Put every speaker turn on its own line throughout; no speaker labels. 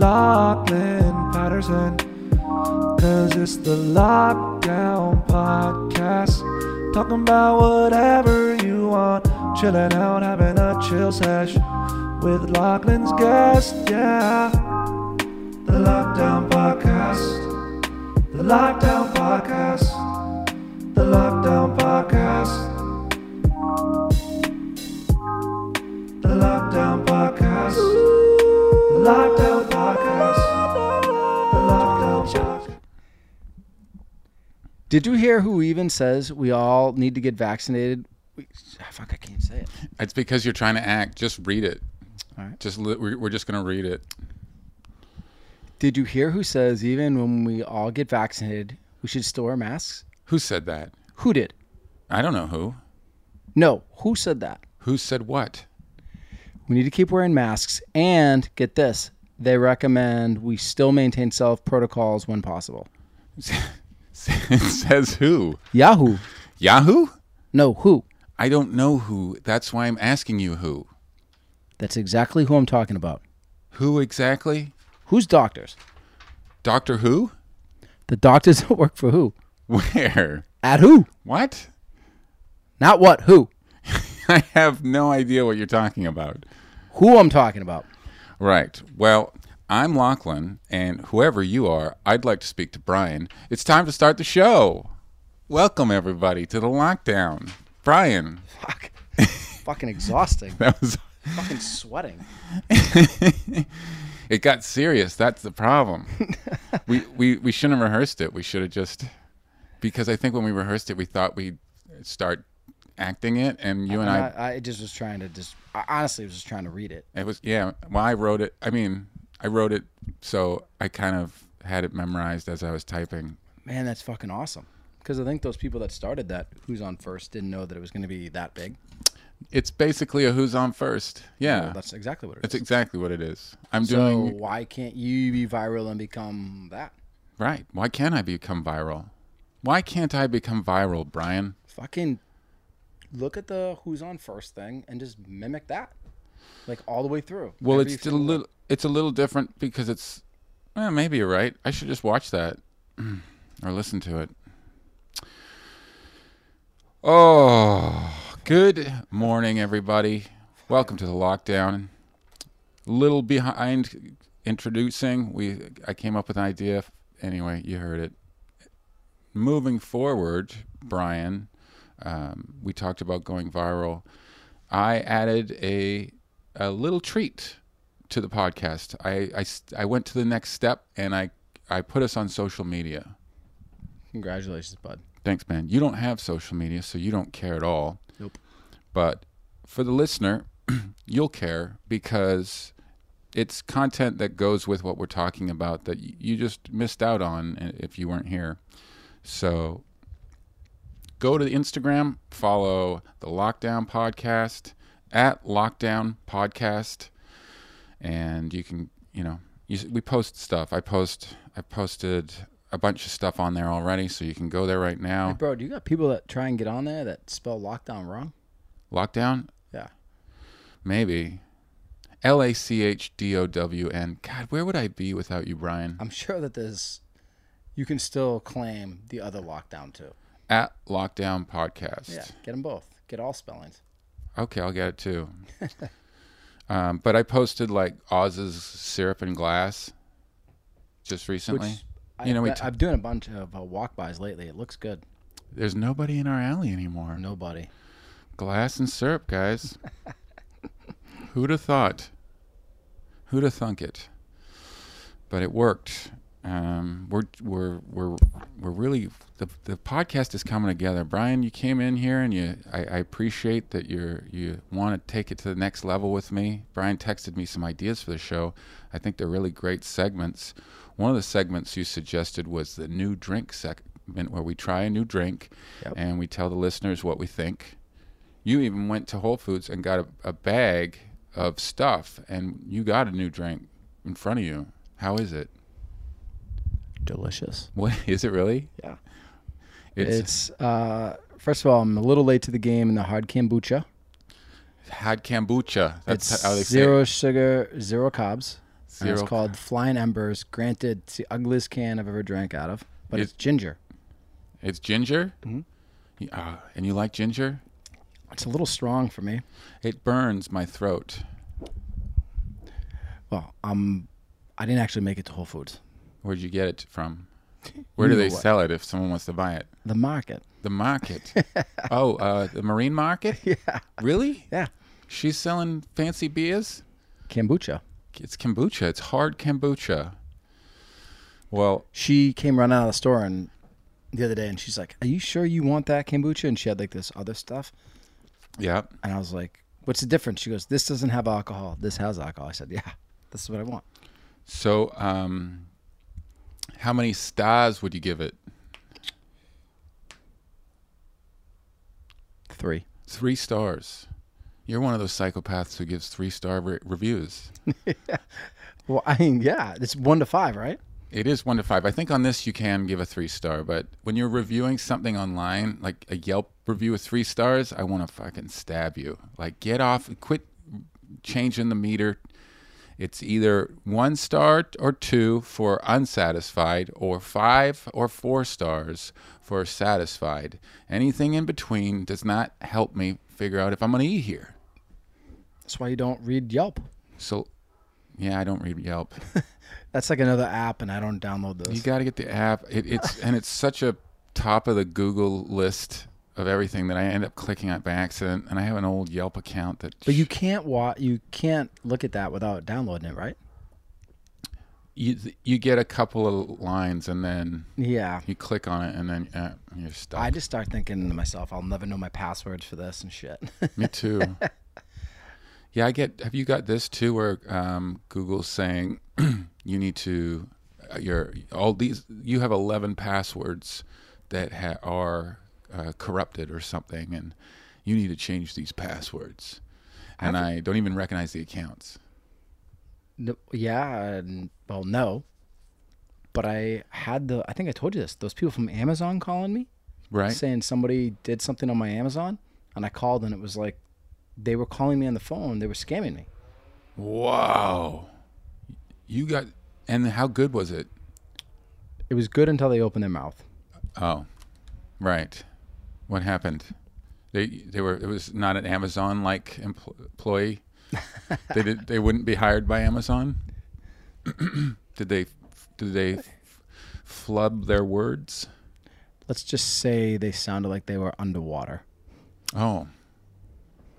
Lachlan Patterson. Cause it's the Lockdown Podcast. Talking about whatever you want. Chilling out, having a chill sesh with Lachlan's guest. Yeah. The Lockdown Podcast. The Lockdown Podcast. The Lockdown Podcast. The Lockdown Podcast. The Lockdown Podcast. The Lockdown Podcast.
Did you hear who even says we all need to get vaccinated? We, ah, fuck, I can't say it.
It's because you're trying to act. Just read it.
All right.
Just li- we're, we're just gonna read it.
Did you hear who says even when we all get vaccinated, we should still wear masks?
Who said that?
Who did?
I don't know who.
No, who said that?
Who said what?
We need to keep wearing masks and get this. They recommend we still maintain self protocols when possible.
it says who?
Yahoo.
Yahoo?
No, who?
I don't know who. That's why I'm asking you who.
That's exactly who I'm talking about.
Who exactly?
Who's doctors?
Doctor Who?
The doctors that work for who?
Where?
At who?
What?
Not what, who.
I have no idea what you're talking about.
Who I'm talking about.
Right. Well, I'm Lachlan, and whoever you are, I'd like to speak to Brian. It's time to start the show. Welcome, everybody, to the lockdown. Brian,
Fuck. Fucking exhausting.
that was.
Fucking sweating.
It got serious. That's the problem. we, we we shouldn't have rehearsed it. We should have just because I think when we rehearsed it, we thought we'd start acting it, and you and I,
I, I just was trying to just, I honestly was just trying to read it.
it was yeah. Well, I wrote it. I mean, I wrote it, so I kind of had it memorized as I was typing.
Man, that's fucking awesome. Because I think those people that started that, who's on first, didn't know that it was going to be that big.
It's basically a who's on first. Yeah,
Well, Oh, that's exactly what it
that's
is.
exactly what it is. I'm
so
doing
why can't you be viral and become that?
right. Why can't I become viral? Why can't I become viral, Brian?
Fucking look at the who's on first thing and just mimic that, like all the way through.
Well,
Whatever you
it's a
feel like.
little it's a little different because it's eh, maybe you're right. I should just watch that or listen to it. Oh, good morning, everybody. Welcome to the lockdown. Little behind introducing, we I came up with an idea. Anyway, you heard it. Moving forward, Brian, um, we talked about going viral. I added a a little treat to the podcast. I, I s- I went to the next step and I I put us on social media.
Congratulations, bud.
Thanks, man. You don't have social media, so you don't care at all.
Nope.
But for the listener, you'll care because it's content that goes with what we're talking about that y- you just missed out on i- if you weren't here. So go to Instagram, follow the Lockdown Podcast at Lockdown Podcast, and you can you know you, s- we post stuff. I post I posted a bunch of stuff on there already, so you can go there right
Hey,
now.
bro, do you got people that try and get on there that spell lockdown wrong?
Lockdown,
Yeah.
maybe. L A C H D O W N. God, where would I be without you, Brian?
I'm sure that there's, you can still claim the other lockdown too.
At Lockdown Podcast.
Yeah, get them both. Get all spellings.
Okay, I'll get it too. um, but I posted like Oz's syrup and glass just recently.
Which
You know, we
I,
t-
I've doing a bunch of uh, walk bys lately. It looks good.
There's nobody in our alley anymore.
Nobody.
Glass and syrup, guys. Who'd have thought? Who'd have thunk it? But it worked. Um, we're we're we're we're really the the podcast is coming together. Brian, you came in here and you I, I appreciate that you're you want to take it to the next level with me. Brian texted me some ideas for the show. I think they're really great segments. One of the segments you suggested was the new drink segment where we try a new drink
Yep.
and we tell the listeners what we think you even went to Whole Foods and got a, a bag of stuff, and you got a new drink in front of you. How is it?
Delicious.
What is it really?
Yeah.
It's,
It's, uh, first of all, I'm a little late to the game in the hard kombucha.
had kombucha. That's
it's
how they
zero
say
sugar, zero carbs.
it.
And it's
Zero-
called Flying Embers. Granted, it's the ugliest can I've ever drank out of, but
It-
it's ginger.
It's ginger.
Mm-hmm.
Yeah, ah, and you like ginger?
It's a little strong for me.
It burns my throat.
Well, um, I didn't actually make it to Whole Foods.
Where'd you get it from? Where do
You know
they
what?
sell it if someone wants to buy it?
The market.
The market. oh, uh, the marine market? Yeah. Really?
Yeah.
She's selling fancy beers?
Kombucha.
It's kombucha. It's hard kombucha. Well,
She came running out of the store and the other day, and she's like, "Are you sure you want that kombucha?" And she had like this other stuff,
yeah.
and I was like, "What's the difference?" She goes, "This doesn't have alcohol. This has alcohol." I said, "Yeah, this is what I want."
So, um, how many stars would you give it?
Three.
Three stars. You're one of those psychopaths who gives three star re- reviews.
Well, I mean, yeah, it's one to five, right?
It is one to five. I think on this you can give a three star, but when you're reviewing something online, like a Yelp review with three stars, I want to fucking stab you. Like, get off, quit changing the meter. It's either one star or two for unsatisfied, or five or four stars for satisfied. Anything in between does not help me figure out if I'm going to eat here.
That's why you don't read Yelp.
So, yeah, I don't read Yelp.
That's like another app, and I don't download those.
You got to get the app. It, it's and it's such a top of the Google list of everything that I end up clicking on by accident. And I have an old Yelp account that.
but you can't wa- You can't look at that without downloading it, right?
you you get a couple of lines and then
Yeah.
you click on it and then uh, you're stuck.
I just start thinking to myself, I'll never know my passwords for this and shit.
Me too. yeah, I get. Have you got this too, where um, Google's saying you need to uh, your all these you have eleven passwords that ha- are uh, corrupted or something, and you need to change these passwords. And I don't even recognize the accounts.
No, yeah, and, well, no. But I had the, I think I told you this, those people from Amazon calling me
Right?
saying somebody did something on my Amazon. And I called and it was like, they were calling me on the phone. They were scamming me.
Wow. You got. And how good was it?
It was good until they opened their mouth.
Oh, right. What happened? They they were it was not an Amazon like empl- employee. they did they wouldn't be hired by Amazon. did they did they f- flub their words?
Let's just say they sounded like they were underwater.
Oh,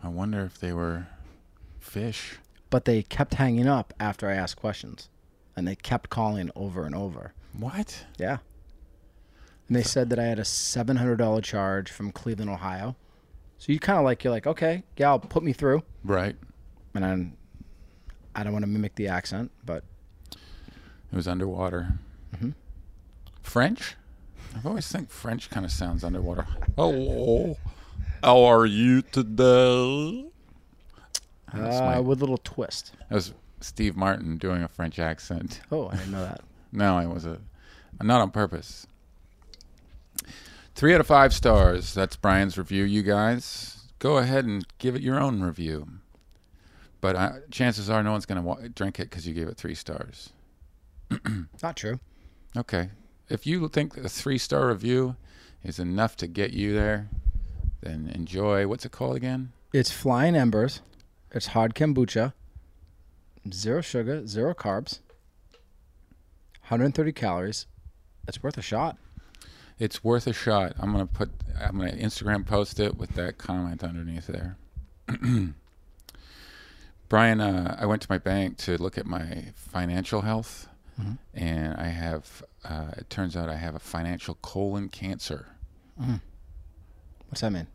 I wonder if they were fish.
But they kept hanging up after I asked questions. And they kept calling over and over.
What?
Yeah. And they said that I had a seven hundred dollar charge from Cleveland, Ohio. So you kind of like you're like, okay, yeah, I'll put me through.
Right.
And I'm, I don't want to mimic the accent, but
It was underwater. Mm-hmm. French? I've always think French kind of sounds underwater. Hello, how are you today? That's my-
uh, with a little twist.
That was Steve Martin doing a French accent.
Oh, I didn't know that.
No, I was a not on purpose. Three out of five stars. That's Brian's review. You guys go ahead and give it your own review. But uh, chances are no one's going to wa- drink it because you gave it three stars.
Not true.
Okay. If you think a three star review is enough to get you there, then enjoy. What's it called again?
It's flying embers. It's hard kombucha. Zero sugar, zero carbs. 130 calories. It's worth a shot.
It's worth a shot. I'm gonna put. I'm gonna Instagram post it with that comment underneath there. Brian, uh, I went to my bank to look at my financial health,
Mm-hmm.
and I have. Uh, it turns out I have a financial colon cancer.
What's that mean?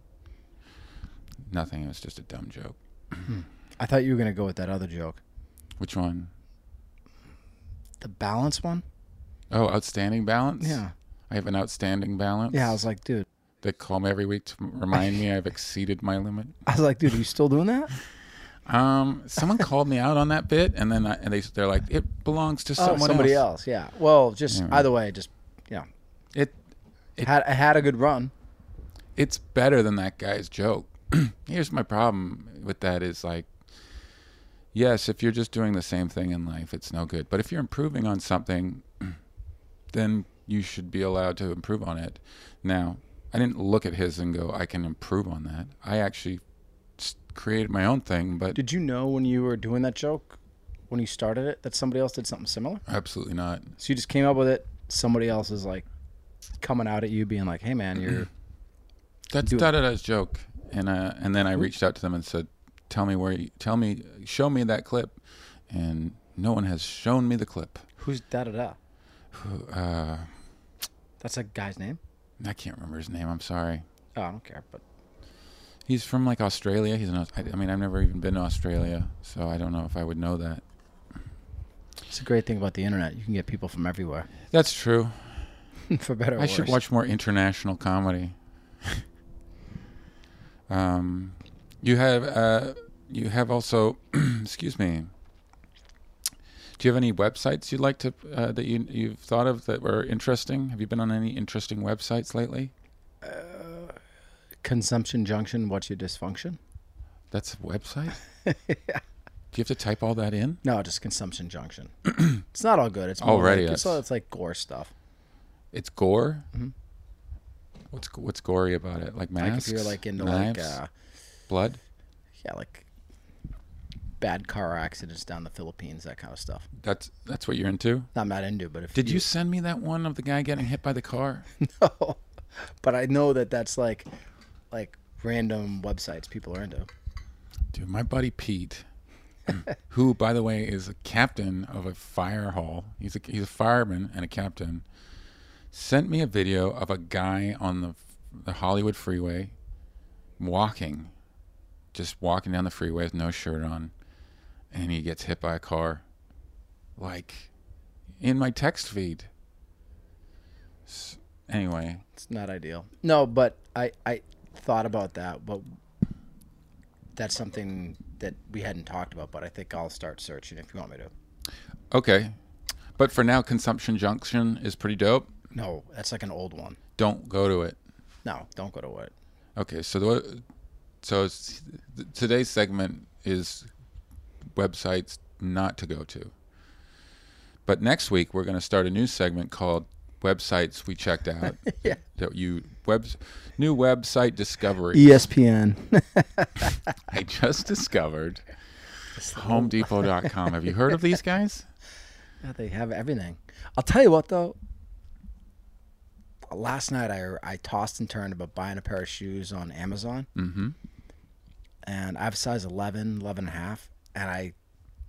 Nothing. It was just a dumb joke.
I thought you were gonna go with that other joke,
Which one?
the balance one.
Oh, outstanding balance.
Yeah.
I have an outstanding balance.
Yeah, I was like, dude.
They call me every week to remind me I've exceeded my limit.
I was like, dude, are you still doing that?
Um, someone called me out on that bit, and then I, and they they're like, it belongs to
Oh,
someone
somebody
else.
else. Yeah. Well, just
Yeah.
either way, just you know,
It
had I had a good run.
it's better than that guy's joke. Here's my problem with that is like yes, if you're just doing the same thing in life, it's no good. But if you're improving on something, then you should be allowed to improve on it. Now, I didn't look at his and go, I can improve on that. I actually s- created my own thing, but
Did you know when you were doing that joke, when you started it, that somebody else did something similar?
absolutely not.
So you just came up with it. Somebody else is like coming out at you, being like, "Hey, man, you're."
That's
Do it.
da da da's joke, and uh, and then I reached out to them and said, "Tell me where you tell me, show me that clip," and no one has shown me the clip.
Who's da da da?
Uh,
That's a guy's name.
I can't remember his name. I'm sorry.
Oh, I don't care. But
He's from like Australia. He's an. Aus- I, I mean, I've never even been to Australia, so I don't know if I would know that.
it's a great thing about the internet. You can get people from everywhere,
That's true.
for better. Or
I should
worse.
watch more international comedy. um, you have uh, you have also, excuse me. Do you have any websites you'd like to uh, that you you've thought of that were interesting? Have you been on any interesting websites lately?
Consumption Junction. What's your dysfunction?
That's a website. Do you have to type all that in?
No, just Consumption Junction. it's not all good. It's more
Already,
Like, it's,
that's-
all, it's like gore stuff.
It's gore.
Mm-hmm.
What's what's gory about it? Like
Like
masks,
if you're like into
knives,
like uh,
blood.
yeah, like bad car accidents down the Philippines, that kind of stuff.
That's that's what you're into.
I'm not into, but if
Did you send me that one of the guy getting hit by the car?
know. but I know that that's like like random websites people are into.
Dude, my buddy Pete, who by the way is a captain of a fire hall, he's a he's a fireman and a captain, sent me a video of a guy on the the Hollywood freeway walking, just walking down the freeway with no shirt on, and he gets hit by a car, like in my text feed. S- Anyway,
It's not ideal. No, but I I thought about that, but that's something that we hadn't talked about. But I think I'll start searching if you want me to.
okay, but for now, Consumption Junction is pretty dope.
No, that's like an old one.
Don't go to it.
No, don't go to it.
Okay, so the, so it's, th- today's segment is websites not to go to. But next week we're going to start a new segment called websites we checked out.
Yeah.
That you webs new website discovery.
ESPN.
I just discovered homedepot.com. Have you heard of these guys?
they have everything. I'll tell you what though. Last night I I tossed and turned about buying a pair of shoes on Amazon.
Mm-hmm.
and I have size 11, 11 and a half, and I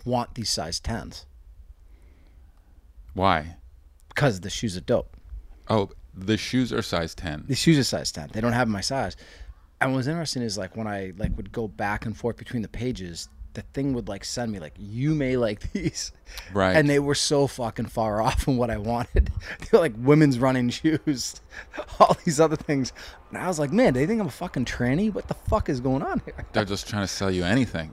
want these size 10s
Why?
because the shoes are dope.
Oh, the shoes are size 10.
The shoes are size 10. They don't have my size. And what's interesting is like when I like would go back and forth between the pages, the thing would like send me like you may like these.
Right.
And they were so fucking far off from what I wanted. they were like women's running shoes, all these other things. And I was like, man, they think I'm a fucking tranny? What the fuck is going on here?
They're just trying to sell you anything.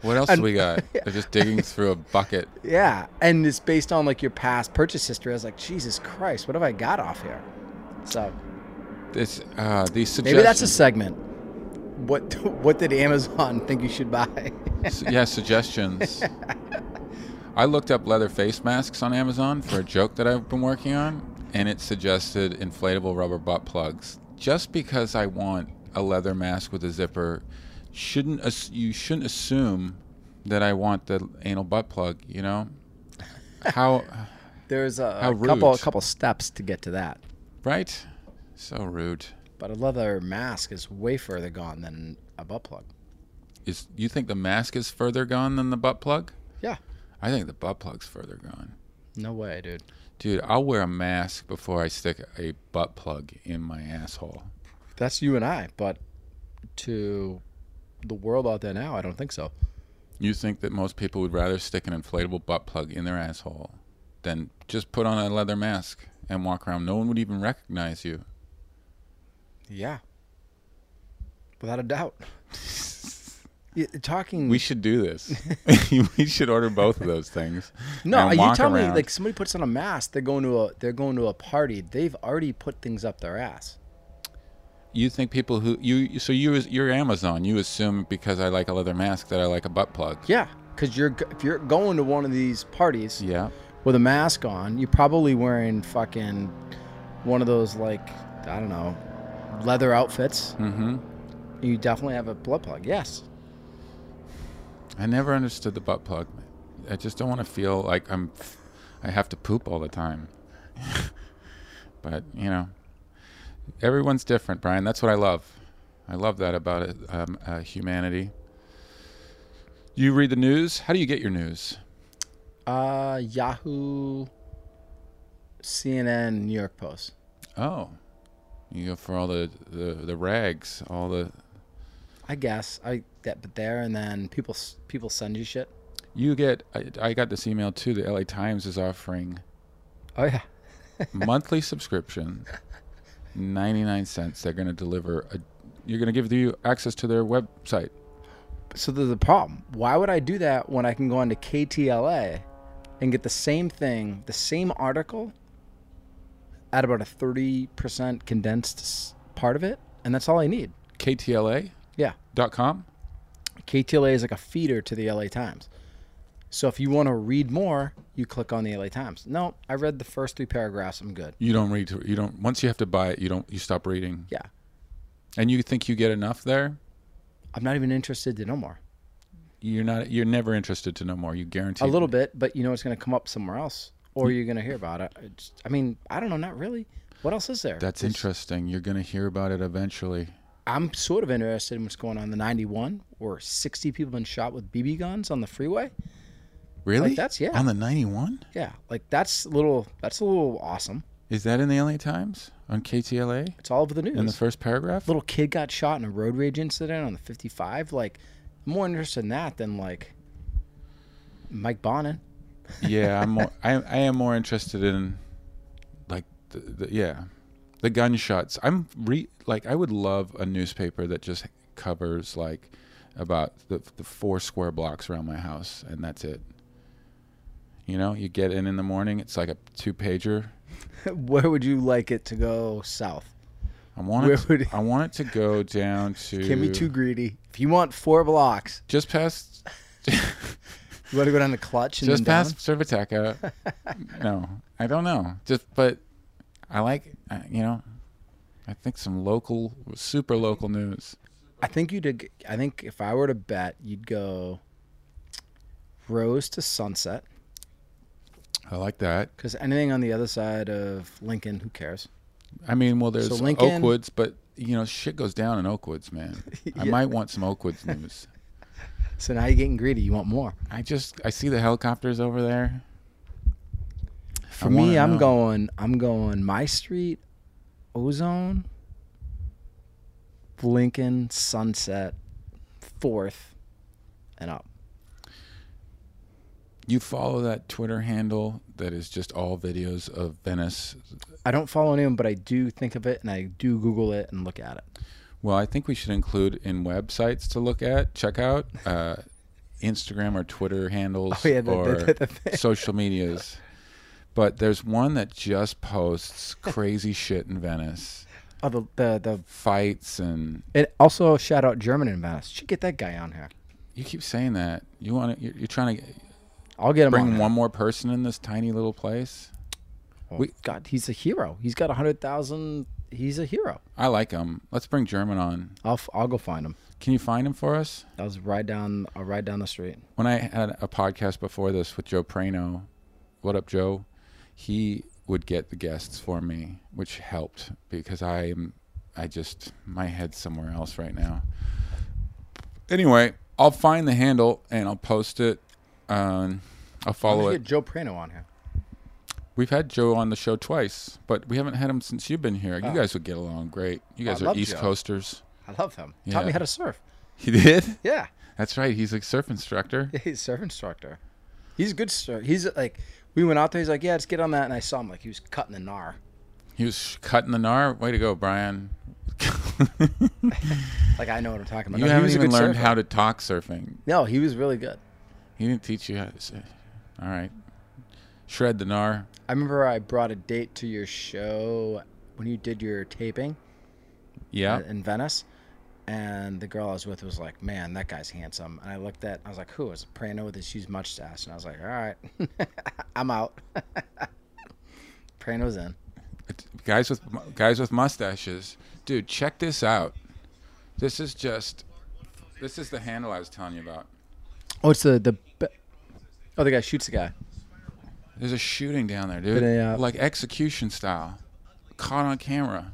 What else do we got? They're just digging through a bucket.
Yeah, and it's based on like your past purchase history. I was like, Jesus Christ, what have I got off here? So
This uh, these
maybe
suggestions.
that's a segment. What what did Amazon think you should buy?
S- yeah, suggestions. I looked up leather face masks on Amazon for a joke that I've been working on, and it suggested inflatable rubber butt plugs. Just because I want a leather mask with a zipper, shouldn't ass- you shouldn't assume that I want the anal butt plug? You know how,
There's a,
How
a couple a
rude.
couple steps to get to that,
right? So rude.
but a leather mask is way further gone than a butt plug.
Is you think the mask is further gone than the butt plug?
Yeah,
I think the butt plug's further gone.
no way, dude.
Dude, I'll wear a mask before I stick a butt plug in my asshole.
That's you and I, but to the world out there now, I don't think so.
You think that most people would rather stick an inflatable butt plug in their asshole than just put on a leather mask and walk around? No one would even recognize you.
Yeah, without a doubt. Y- Talking
We should do this. we should order both of those things.
No,
and
you
walk
tell me
around.
like somebody puts on a mask, they're going to a they're going to a party. They've already put things up their ass.
you think people who you so you as- you're Amazon. You assume because I like a leather mask that I like a butt plug.
Yeah, because you're g- if you're going to one of these parties
Yeah.
with a mask on, you're probably wearing fucking one of those like I don't know leather outfits.
Mm-hmm.
You definitely have a blood plug. Yes.
I never understood the butt plug. I just don't want to feel like I'm, I have to poop all the time. but you know, everyone's different, Brian. That's what I love. I love that about it, um, uh, humanity. You read the news. How do you get your news?
Uh, Yahoo, CNN, New York Post.
Oh, you go for all the the, the rags, all the.
I guess I that but there and then people s- people send you shit.
You get. I, I got this email too. The LA Times is offering
Oh yeah.
monthly subscription, ninety nine cents. They're going to deliver a. You're going to give you access to their website.
So there's a problem. Why would I do that when I can go on to KTLA and get the same thing, the same article at about a 30% condensed s- part of it? And that's all I need.
KTLA.com.
Yeah. KTLA is like a feeder to the LA Times. So if you want to read more, you click on the LA Times. No, I read the first three paragraphs. I'm good.
You don't read. You don't. Once you have to buy it, you don't. You stop reading.
Yeah.
And you think you get enough there.
I'm not even interested to know more.
You're not. You're never interested to know more. You guarantee
A little bit, but you know it's going to come up somewhere else or you're going to hear about it. It's, I mean, I don't know, not really. What else is there?
That's
There's-
interesting. You're going to hear about it eventually.
I'm sort of interested in what's going on in the 91, where 60 people have been shot with BB guns on the freeway.
Really?
that's- yeah.
On the ninety one.
Yeah, like that's a little that's a little awesome.
Is that in the LA Times on KTLA?
It's all over the news.
In the first paragraph.
little kid got shot in a road rage incident on the 55. Like, I'm more interested in that than like Mike Bonin.
yeah, I'm more. I, I am more interested in, like, the, the, yeah, the gunshots. I'm re like I would love a newspaper that just covers like about the the four square blocks around my house, and that's it. You know, you get in in the morning. It's like a two pager.
Where would you like it to go south?
I want
Where
it.
would
To,
it-
I want it to go down to.
Can't be too greedy. If you want four blocks,
Just past.
you want to go down to clutch and
just
then
past Cervateca. no, I don't know. Just but I like uh, you know, I think some local, super local news.
down. I think you did. I think if I were to bet, you'd go rose to sunset.
I like that.
Because anything on the other side of Lincoln, who cares?
I mean, well, there's
So Lincoln-
Oakwoods, but you know, shit goes down in Oakwoods, man. I
Yeah.
might want some Oakwoods news.
So now you're getting greedy. You want more.
I just I see the helicopters over there.
For
I
me,
wanna
I'm
know.
going. I'm going. My street, ozone, Lincoln, sunset, fourth, and up.
You follow that Twitter handle that is just all videos of Venice.
I don't follow anyone, but I do think of it, and I do Google it and look at it.
Well, I think we should include in websites to look at, check out, uh, Instagram or Twitter handles
Oh, yeah, the-
or
the- the- the-
social medias. But there's one that just posts crazy shit in Venice,
Oh, the the the.
fights, and
And also shout out German in Venice. Should get that guy on here.
you keep saying that you want to. You're, you're trying to
I'll get him on
bring
here.
one more person in this tiny little place.
Oh,
we-
God, he's a hero. He's got a hundred thousand. He's a hero.
I like him. Let's bring German on.
I'll f- I'll go find him.
Can you find him for us?
I was right down a ride down the street.
when I had a podcast before this with Joe Prano, what up, Joe? He would get the guests for me, which helped because I am, I just my head's somewhere else right now. Anyway, I'll find the handle and I'll post it. Um, I'll follow
Let's
it.
Get Joe Prano on here.
We've had Joe on the show twice, but we haven't had him since you've been here. You guys would get along great. You guys
Oh. I
are
love
East
Joe.
Coasters.
I love him. Taught me
Yeah.
how to surf.
He did.
Yeah,
That's right. He's a surf instructor.
he's a surf instructor. He's a good surf. He's like, we went out there. He's like, yeah, let's get on that. And I saw him like he was cutting the gnar.
He was cutting the gnar. Way to go, Brian.
Like I know what I'm talking about.
You
No, he
haven't
was a
even
good
learned
surfer.
how to talk surfing.
No, he was really good.
He didn't teach you how to. Surf. All right, shred the gnar.
I remember I brought a date to your show when you did your taping.
Yeah.
in Venice. And the girl I was with was like, "Man, that guy's handsome." And I looked at, I was like, "Who is it? Prano with his huge mustache?" And I was like, "All right, I'm out." Prano's in.
It- guys with mu- guys with mustaches dude check this out this is just this is the handle i was telling you about
Oh, it's the the. Be- oh, the guy shoots the guy.
there's a shooting down there dude
Yeah.
like execution style caught on camera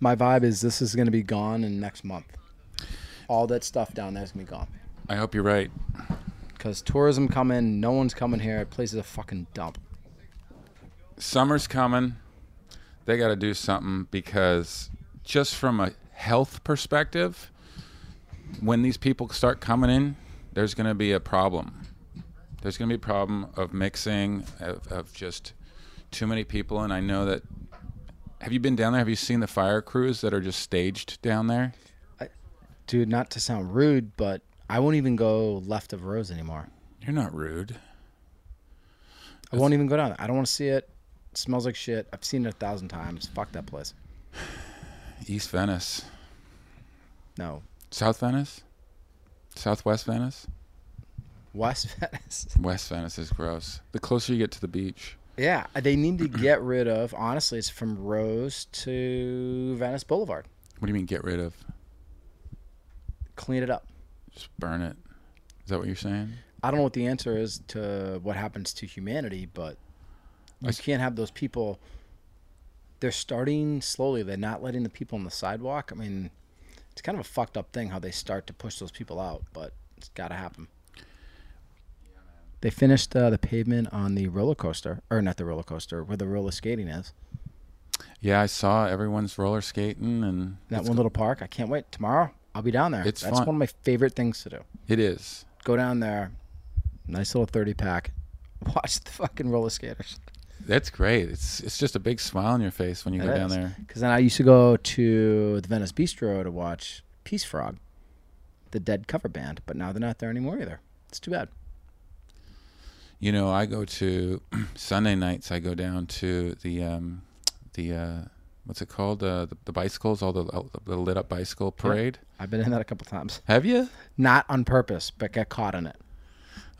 My vibe is this is gonna be gone in next month. All that stuff down there is gonna be gone
i hope you're right
because tourism come in. No one's coming here. Place is a fucking dump.
summer's coming they got to do something because just from a health perspective when these people start coming in there's going to be a problem there's going to be a problem of mixing of, of just too many people and i know that have you been down there have you seen the fire crews that are just staged down there
Dude, not to sound rude, but I won't even go left of Rose anymore.
you're not rude
I won't even go down. there. I don't want to see it. It smells like shit. I've seen it a thousand times. Fuck that place.
east venice
No.
south venice southwest venice
West Venice.
west venice is gross the closer you get to the beach
Yeah, they need to get rid of, honestly, it's from Rose to Venice Boulevard.
what do you mean get rid of
Clean it up.
Just burn it. Is that what you're saying?
I don't know what the answer is to what happens to humanity, but you
s-
can't have those people. They're starting slowly. They're not letting the people on the sidewalk. I mean, it's kind of a fucked up thing how they start to push those people out, but it's got to happen. They finished uh, the pavement on the roller coaster, or not the roller coaster, where the roller skating is.
Yeah, I saw everyone's roller skating, and
That one little park. I can't wait. Tomorrow, I'll be down there.
It's
That's
fun.
one of my favorite things to do.
it is.
Go down there, nice little 30 pack, watch the fucking roller skaters.
That's great. It's it's just a big smile on your face when you go down there.
Because then I used to go to the Venice Bistro to watch Peace Frog, the dead cover band, but now they're not there anymore either. It's too bad.
You know, I go to Sunday nights. I go down to the um, the uh, what's it called? Uh, the, the bicycles, all the, all the lit up bicycle parade.
I've been in that a couple times.
Have you?
Not on purpose, but got caught in it.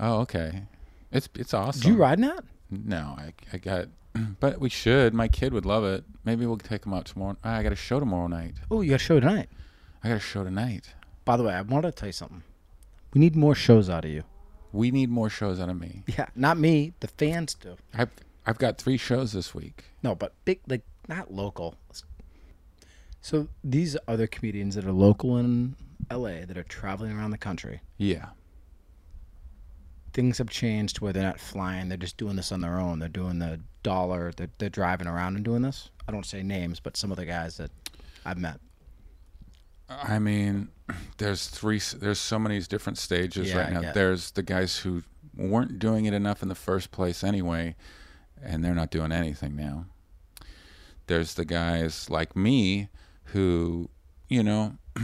Oh, okay. It's it's awesome.
Did you ride in that?
No, I I got. But we should. My kid would love it. Maybe we'll take him out tomorrow. I got a show tomorrow night.
Oh, you got a show tonight.
I got a show tonight.
By the way, I wanted to tell you something. We need more shows out of you.
We need more shows out of me.
Yeah, not me. The fans do.
I've I've got three shows this week.
No, but big, like not local. So these other comedians that are local in LA that are traveling around the country,
Yeah.
things have changed where they're not flying. They're just doing this on their own. They're doing the dollar. They're, they're driving around and doing this. I don't say names, but some of the guys that I've met.
I mean, there's three. s- There's so many different stages
Yeah, I
right now.
get it.
There's the guys who weren't doing it enough in the first place anyway, and they're not doing anything now. There's the guys like me who, you know,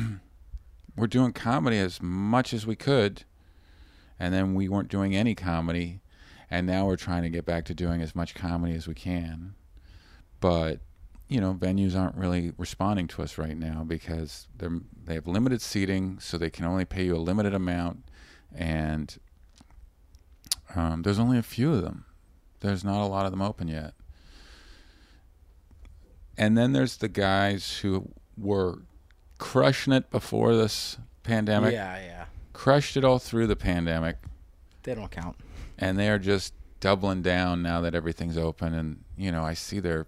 were doing comedy as much as we could, and then we weren't doing any comedy, and now we're trying to get back to doing as much comedy as we can. But you know, venues aren't really responding to us right now because they're they have limited seating, so they can only pay you a limited amount, and um, there's only a few of them. There's not a lot of them open yet. And then there's the guys who were crushing it before this pandemic,
yeah, yeah.
crushed it all through the pandemic,
They don't count.
and they are just doubling down now that everything's open and you know i see their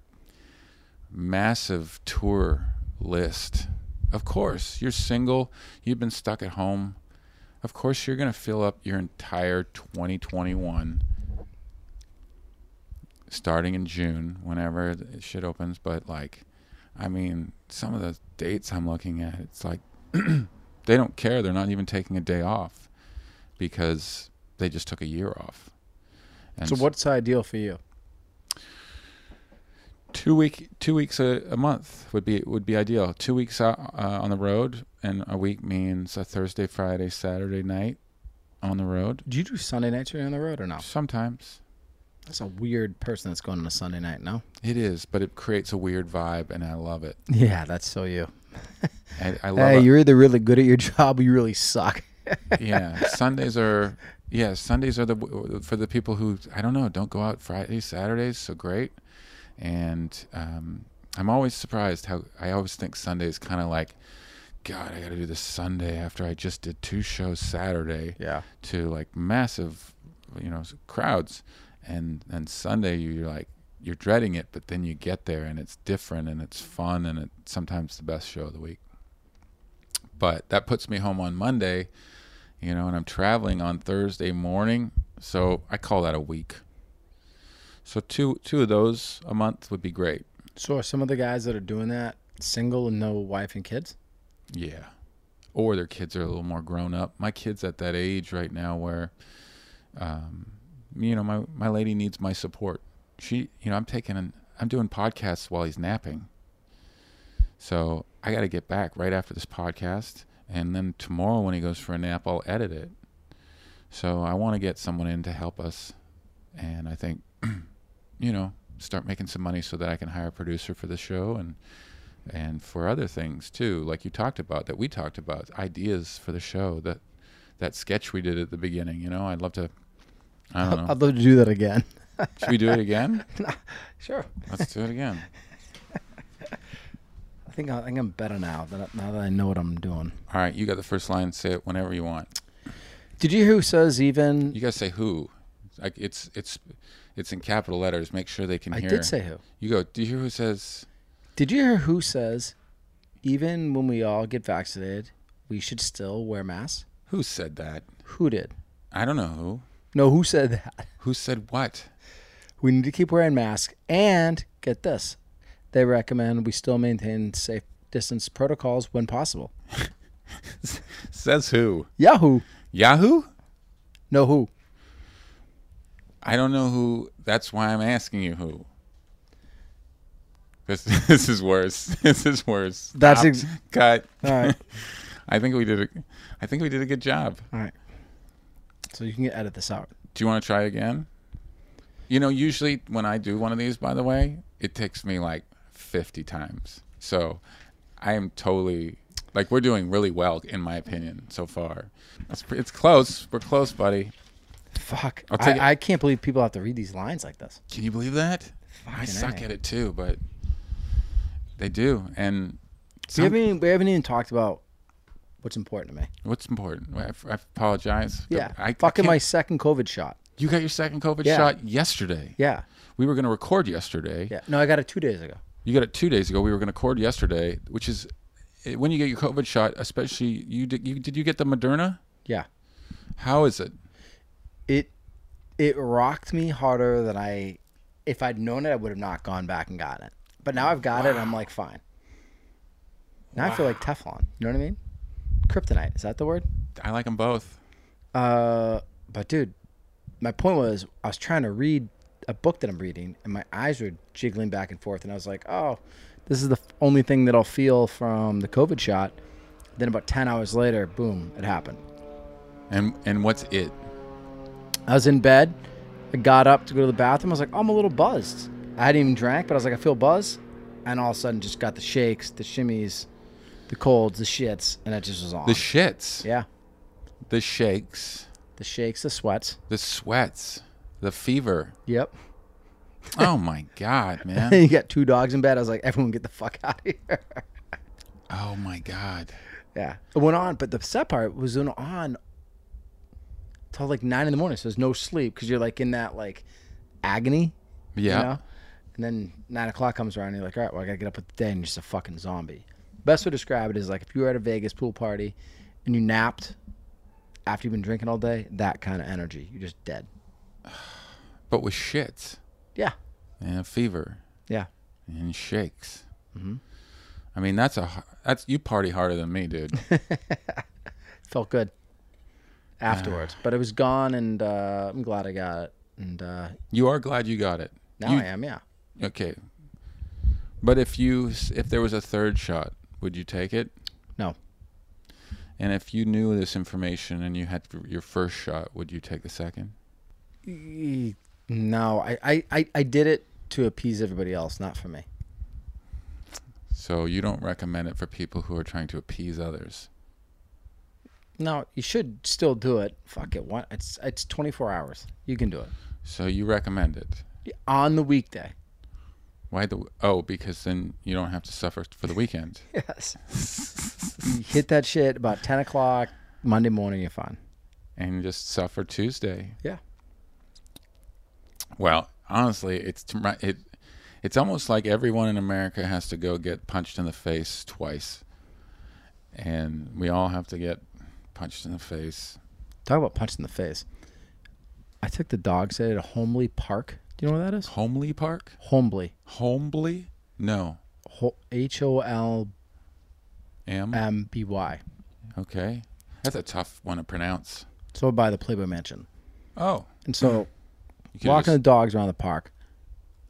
massive tour list of course you're single you've been stuck at home of course you're going to fill up your entire 2021 starting in june whenever the shit opens but like i mean some of the dates i'm looking at it's like they don't care they're not even taking a day off because they just took a year off and
So what's ideal for you?
two week two weeks a, a month would be would be ideal two weeks out uh, on the road and a week means a thursday friday saturday night on the road
Do you do Sunday nights when you're on the road or not?
sometimes
That's a weird person that's going on a Sunday night, no?
It is, but it creates a weird vibe, and I love it.
Yeah, that's so you.
I, I love
Hey,
it.
you're either really good at your job or you really suck.
yeah sundays are yeah sundays are the for the people who i don't know don't go out fridays saturdays so great and um i'm always surprised how i always think sundays kind of like god i gotta do this sunday after i just did two shows saturday
Yeah.
to like massive you know crowds and and sunday you're like you're dreading it but then you get there and it's different and it's fun and it's sometimes the best show of the week but that puts me home on monday you know and i'm traveling on thursday morning so i call that a week so two two of those a month would be great
So are some of the guys that are doing that single and no wife and kids?
Yeah. Or their kids are a little more grown up. My kid's at that age right now where, um, you know, my, my lady needs my support. She, you know, I'm taking, an, I'm doing podcasts while he's napping. So I got to get back right after this podcast. And then tomorrow when he goes for a nap, I'll edit it. So I want to get someone in to help us. And I think, you know, start making some money so that I can hire a producer for the show and and for other things too, like you talked about that we talked about ideas for the show that that sketch we did at the beginning. You know, I'd love to. I don't know.
I'd love to do that again.
Should we do it again?
Sure.
Let's do it again.
I think I think I'm better now that now that I know what I'm doing.
All right, you got the first line. Say it whenever you want.
Did you hear who says even
You guys say who. Like it's it's it's in capital letters. Make sure they can
I
hear.
did say who?
You go. Do you hear who says?
Did you hear who says even when we all get vaccinated, we should still wear masks?
Who said that?
Who did?
I don't know who.
No, who said that?
Who said what?
We need to keep wearing masks and get this. They recommend we still maintain safe distance protocols when possible.
says who?
Yahoo.
Yahoo?
No who.
I don't know who. That's why I'm asking you who. This this is worse. This is worse.
That's
Stop.
ex-
cut.
All right.
I think we did a, I think we did a good job.
All right. So you can edit this out.
Do you want to try again? You know, usually when I do one of these, by the way, it takes me like 50 times. So I am totally like we're doing really well in my opinion so far. It's pre- it's close. We're close, buddy.
Fuck.
I'll take it.
I, I can't believe people have to read these lines like this.
Can you believe that? I
Fucking
suck
A.
at it too, but they do. And
We
some-
haven't, even, we haven't even talked about what's important to me.
What's important? I, I apologize.
Yeah.
I, I
Fucking
can't-
my second COVID shot.
You got your second COVID
Yeah.
shot yesterday.
Yeah.
We were going to record yesterday.
Yeah. No, I got it two days ago.
You got it two days ago. We were going to record yesterday, which is eh, when you get your COVID shot. Especially you did. You, did you get the Moderna?
Yeah.
How is it?
It it rocked me harder than I if I'd known it I would have not gone back and got it. But now I've got it and I'm like fine. Now I feel like Teflon. You know what I mean? Kryptonite. Is that the word?
I like them both.
Uh, but dude, my point was I was trying to read a book that I'm reading, and my eyes were jiggling back and forth, and I was like, "Oh, this is the f- only thing that I'll feel from the COVID shot." Then about ten hours later, boom, it happened.
And and what's it?
I was in bed. I got up to go to the bathroom. I was like, "I'm a little buzzed." I hadn't even drank, but I was like, "I feel buzzed," and all of a sudden, just got the shakes, the shimmies, the colds, the shits, and it just was on.
The shits,
yeah,
the shakes,
the shakes, the sweats.
the sweats, the fever.
Yep.
Oh my god, man.
you got two dogs in bed. I was like, everyone get the fuck out of here.
Oh my god.
Yeah. It went on, but the set part was on- on till like nine in the morning. So there's no sleep because you're like in that like agony,
Yeah.
you know? And then nine o'clock comes around and you're like, all right, well, I got to get up with the day and you're just a fucking zombie. Best way to describe it is like if you were at a Vegas pool party and you napped after you've been drinking all day, that kind of energy. You're just dead.
But with shits
Yeah.
and a fever.
Yeah.
and shakes.
Mm-hmm.
I mean, that's a h- that's you party harder than me, dude.
Felt good afterwards, but it was gone and uh, I'm glad I got it. And uh,
you are glad you got it.
now
You-
I am. Yeah.
Okay, but if you s- if there was a third shot, would you take it?
No.
And if you knew this information and you had your first shot, would you take the second?
E- No, I, I, I, I did it to appease everybody else, not for me.
So you don't recommend it for people who are trying to appease others.
No, you should still do it. Fuck it. What? It's it's 24 hours. You can do it
So you recommend it.
on the weekday.
Why the? Oh, because then you don't have to suffer for the weekend.
Yes. you hit that shit about 10 o'clock Monday morning. You're fine.
and just suffer Tuesday.
Yeah.
Well, honestly, it's t- ri- it it's almost like everyone in America has to go get punched in the face twice, and we all have to get punched in the face.
Talk about punch in the face. I took the dog today to Homely Park. Do you know where that is?
Homely Park,
Homely.
Homely? No,
Ho- H O L
M.
M B Y.
Okay, that's a tough one to pronounce.
So by the Playboy Mansion.
Oh,
And so
you could've
walking the
just-
dogs around the park,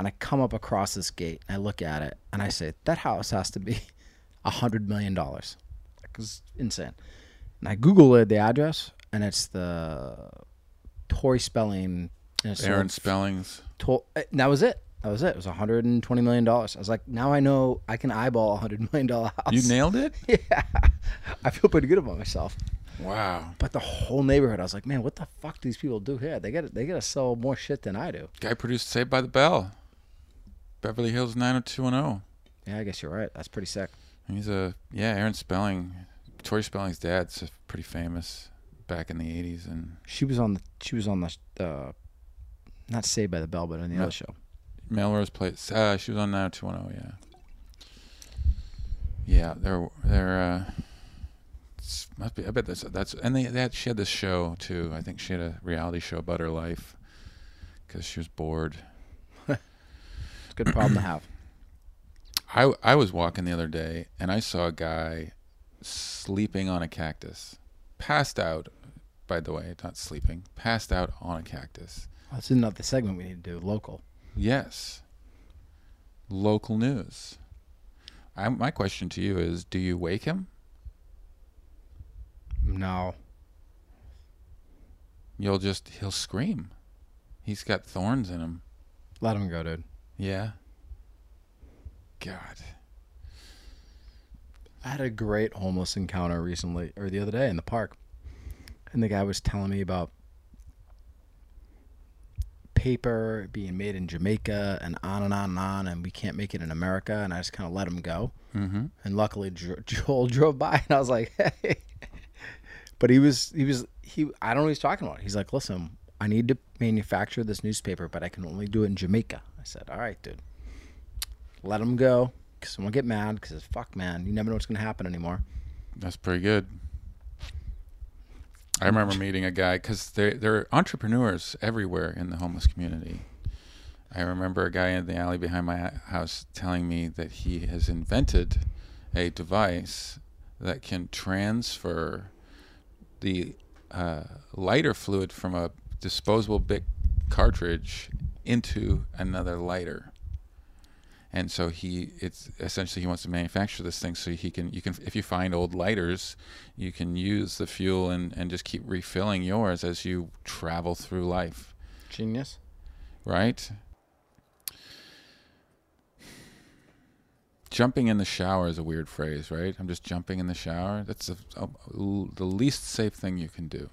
and I come up across this gate, and I look at it, and I say, "That house has to be a hundred million dollars." Like, It's insane. And I Google it, the address, and it's the Tory Spelling. And it's
Aaron
like
Spellings.
to- eh, and that was it. That was it. It was 120 million dollars. I was like, now I know I can eyeball a hundred million dollar house.
You nailed it.
yeah, I feel pretty good about myself.
Wow,
But the whole neighborhood, I was like, man, what the fuck do these people do here? They got they got to sell more shit than I do.
guy produced Saved by the Bell, Beverly Hills 90210.
Yeah, I guess you're right. That's pretty sick.
He's a yeah, Aaron Spelling, Tori Spelling's dad's a pretty famous back in the '80s, and
She was on the she was on the uh, not Saved by the Bell, but on the
No.
other show.
Melrose Place. Uh, she was on 90210. Yeah, yeah, they're they're uh, it's- must be. I bet that's that's and they that she had this show too. I think she had a reality show about her life because she was bored.
It's a good problem to have.
I I was walking the other day and I saw a guy sleeping on a cactus, passed out. By the way, not sleeping, passed out on a cactus.
That's another segment we need to do. Local.
Yes. Local news. I, my question to you is do you wake him?
No.
You'll just, he'll scream. He's got thorns in him.
Let him go, dude.
Yeah. God.
I had a great homeless encounter recently, or the other day in the park, and the guy was telling me about paper being made in Jamaica and on and on and on, and we can't make it in America. And I just kind of let him go.
Mm-hmm.
and luckily Jo- Joel drove by, and I was like, "Hey," but he was he was he. I don't know what he's talking about. He's like, "Listen, I need to manufacture this newspaper, but I can only do it in Jamaica." I said, "All right, dude, let him go, cause someone get mad, cause it's fuck, man, you never know what's gonna happen anymore."
That's pretty good. I remember meeting a guy because there there are entrepreneurs everywhere in the homeless community. I remember a guy in the alley behind my house telling me that he has invented a device that can transfer the uh, lighter fluid from a disposable Bic cartridge into another lighter and so he it's essentially he wants to manufacture this thing so he can you can if you find old lighters you can use the fuel and and just keep refilling yours as you travel through life
Genius.
right jumping in the shower is a weird phrase right i'm just jumping in the shower that's a, a- the least safe thing you can do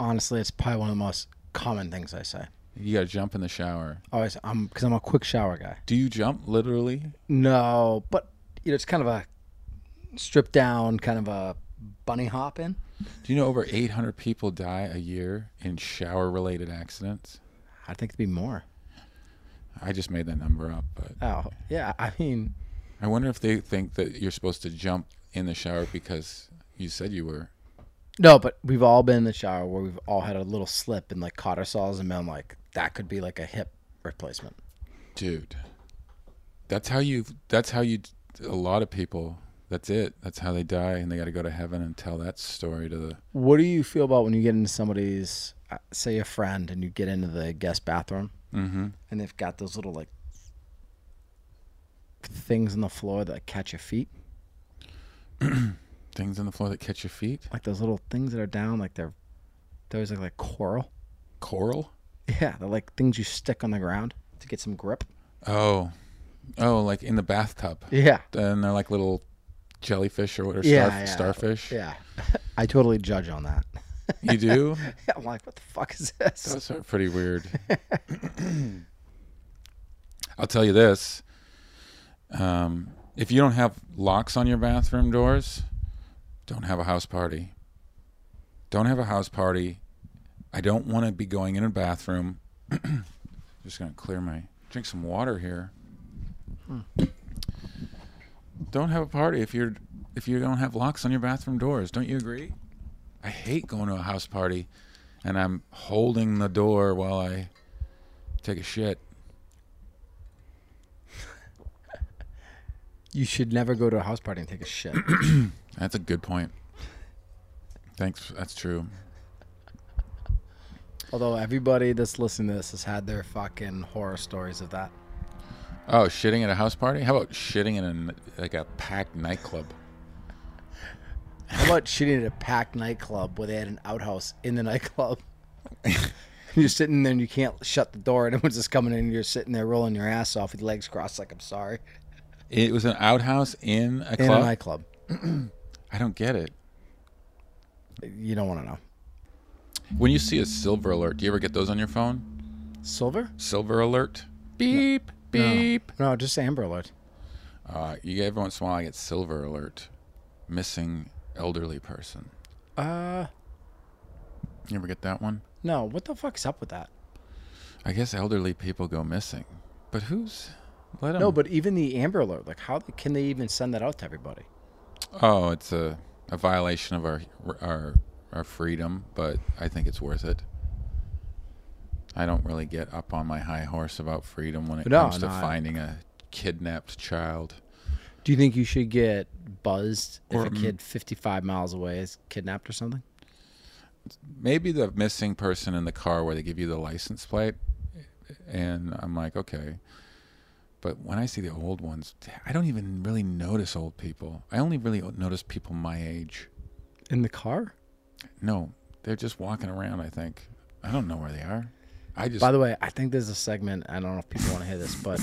Honestly, it's probably one of the most common things I say.
you gotta jump in the shower
Always, I'm because I'm a quick shower guy.
do you jump literally
No, but you know, it's kind of a stripped down, kind of a bunny hop in.
do you know over 800 people die a year in shower related accidents
I think it'd be more.
I just made that number up, but
Oh, yeah. I mean,
I wonder if they think that you're supposed to jump in the shower because you said you were.
no, but we've all been in the shower where we've all had a little slip and like caught ourselves and been like, that could be like a hip replacement.
Dude. That's how you that's how you a lot of people that's it. That's how they die and they got to go to heaven and tell that story to the
What do you feel about when you get into somebody's, uh, say a friend, and you get into the guest bathroom
Mhm.
and they've got those little like things on the floor that catch your feet,
Things on the floor that catch your feet.
like those little things that are down, like they're, those are like coral.
Coral?
Yeah, they're like things you stick on the ground to get some grip.
Oh, oh, like in the bathtub,
Yeah.
and they're like little jellyfish or whatever,
Yeah,
star-
yeah.
starfish.
Yeah. I totally judge on that.
You do?
I'm like, what the fuck is this?
Those are pretty weird. I'll tell you this: um, if you don't have locks on your bathroom doors, don't have a house party. Don't have a house party. I don't want to be going in a bathroom. Just gonna clear my drink some water here. Hmm. Don't have a party if you're if you don't have locks on your bathroom doors. Don't you agree? I hate going to a house party and I'm holding the door while I take a shit.
You should never go to a house party and take a shit.
That's a good point. Thanks. That's true.
Although everybody that's listening to this has had their fucking horror stories of that.
Oh, shitting at a house party? How about shitting in a, like a packed nightclub?
How about shitting at a packed nightclub where they had an outhouse in the nightclub? you're sitting there and you can't shut the door, and everyone's just coming in, and you're sitting there rolling your ass off with your legs crossed, like, I'm sorry.
It was an outhouse in a
In a
club.
nightclub.
I don't get it.
You don't want to know.
When you see a silver alert, do you ever get those on your phone?
Silver?
Silver alert. Beep beep.
No, just Amber Alert.
Uh, you every once in a while I get silver alert. Missing elderly person.
Uh,
You ever get that one?
no. What the fuck's up with that?
I guess elderly people go missing, but who's? Let 'em-
No, but even the Amber Alert, like, how can they even send that out to everybody?
oh, it's a, a violation of our our our freedom. But I think it's worth it. I don't really get up on my high horse about freedom when it
No,
comes to
no, I-
finding a kidnapped child.
Do you think you should get buzzed if
Or-
a kid 55 miles away is kidnapped or something?
Maybe the missing person in the car where they give you the license plate, and I'm like, okay. But when I see the old ones, I don't even really notice old people. I only really notice people my age.
In the car?
No, they're just walking around. I think I don't know where they are. I just
By the way, I think there's a segment. I don't know if people want to hear this, but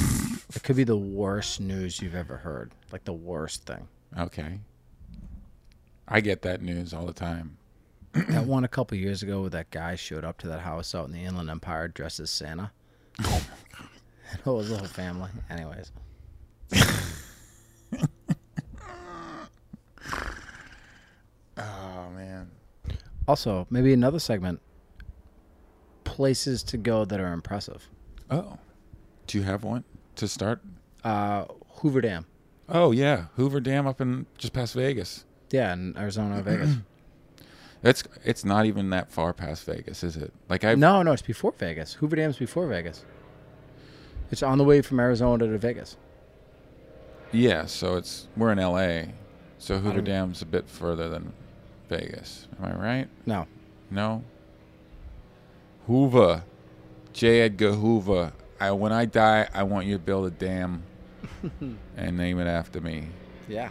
it could be the worst news you've ever heard. Like the worst thing.
okay. I get that news all the time.
That one a couple years ago where that guy showed up to that house out in the Inland Empire dressed as Santa. and it was a whole family. Anyways.
Oh man,
Also, maybe another segment places to go that are impressive.
Oh, do you have one to start?
Uh, Hoover Dam.
Oh yeah, Hoover Dam up in just past Vegas.
Yeah, in Arizona, Vegas.
It's it's not even that far past Vegas, is it? Like I
No, no, it's before Vegas. Hoover Dam's before Vegas. It's on the way from Arizona to Vegas.
yeah. So it's we're in L.A., so Hoover
don't-
Dam's a bit further than Vegas. Am I right?
No,
No. Hoover, J. Edgar Hoover. I when I die, I want you to build a dam and name it after me.
yeah.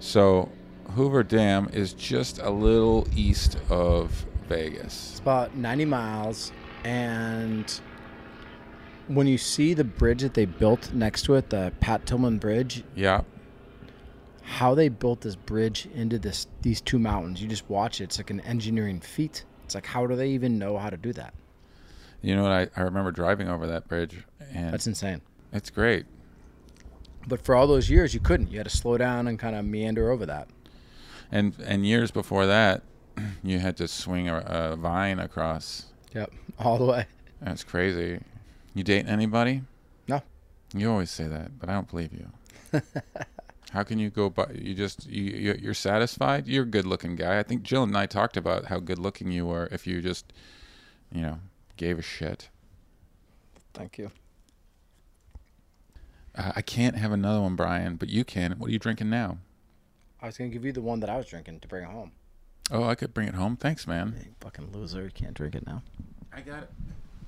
So Hoover Dam is just a little east of Vegas.
It's about 90 miles. And when you see the bridge that they built next to it, the Pat Tillman Bridge,
Yeah.
how they built this bridge into this these two mountains, you just watch it. It's like an engineering feat. It's like, how do they even know how to do that?
You know what? I, I remember driving over that bridge, and
That's insane.
it's great.
But for all those years, you couldn't. You had to slow down and kind of meander over that.
And and years before that, you had to swing a, a vine across.
Yep. All the way.
That's crazy. You dating anybody?
No.
You always say that, but I don't believe you. how can you go by? You just you you- you're satisfied. You're a good-looking guy. I think Jill and I talked about how good-looking you were if you just, you know, gave a shit.
Thank you.
Uh, I can't have another one, Brian, but you can. What are you drinking now?
I was gonna give you the one that I was drinking to bring it home.
Oh, I could bring it home. Thanks, man.
You fucking loser, you can't drink it now.
I got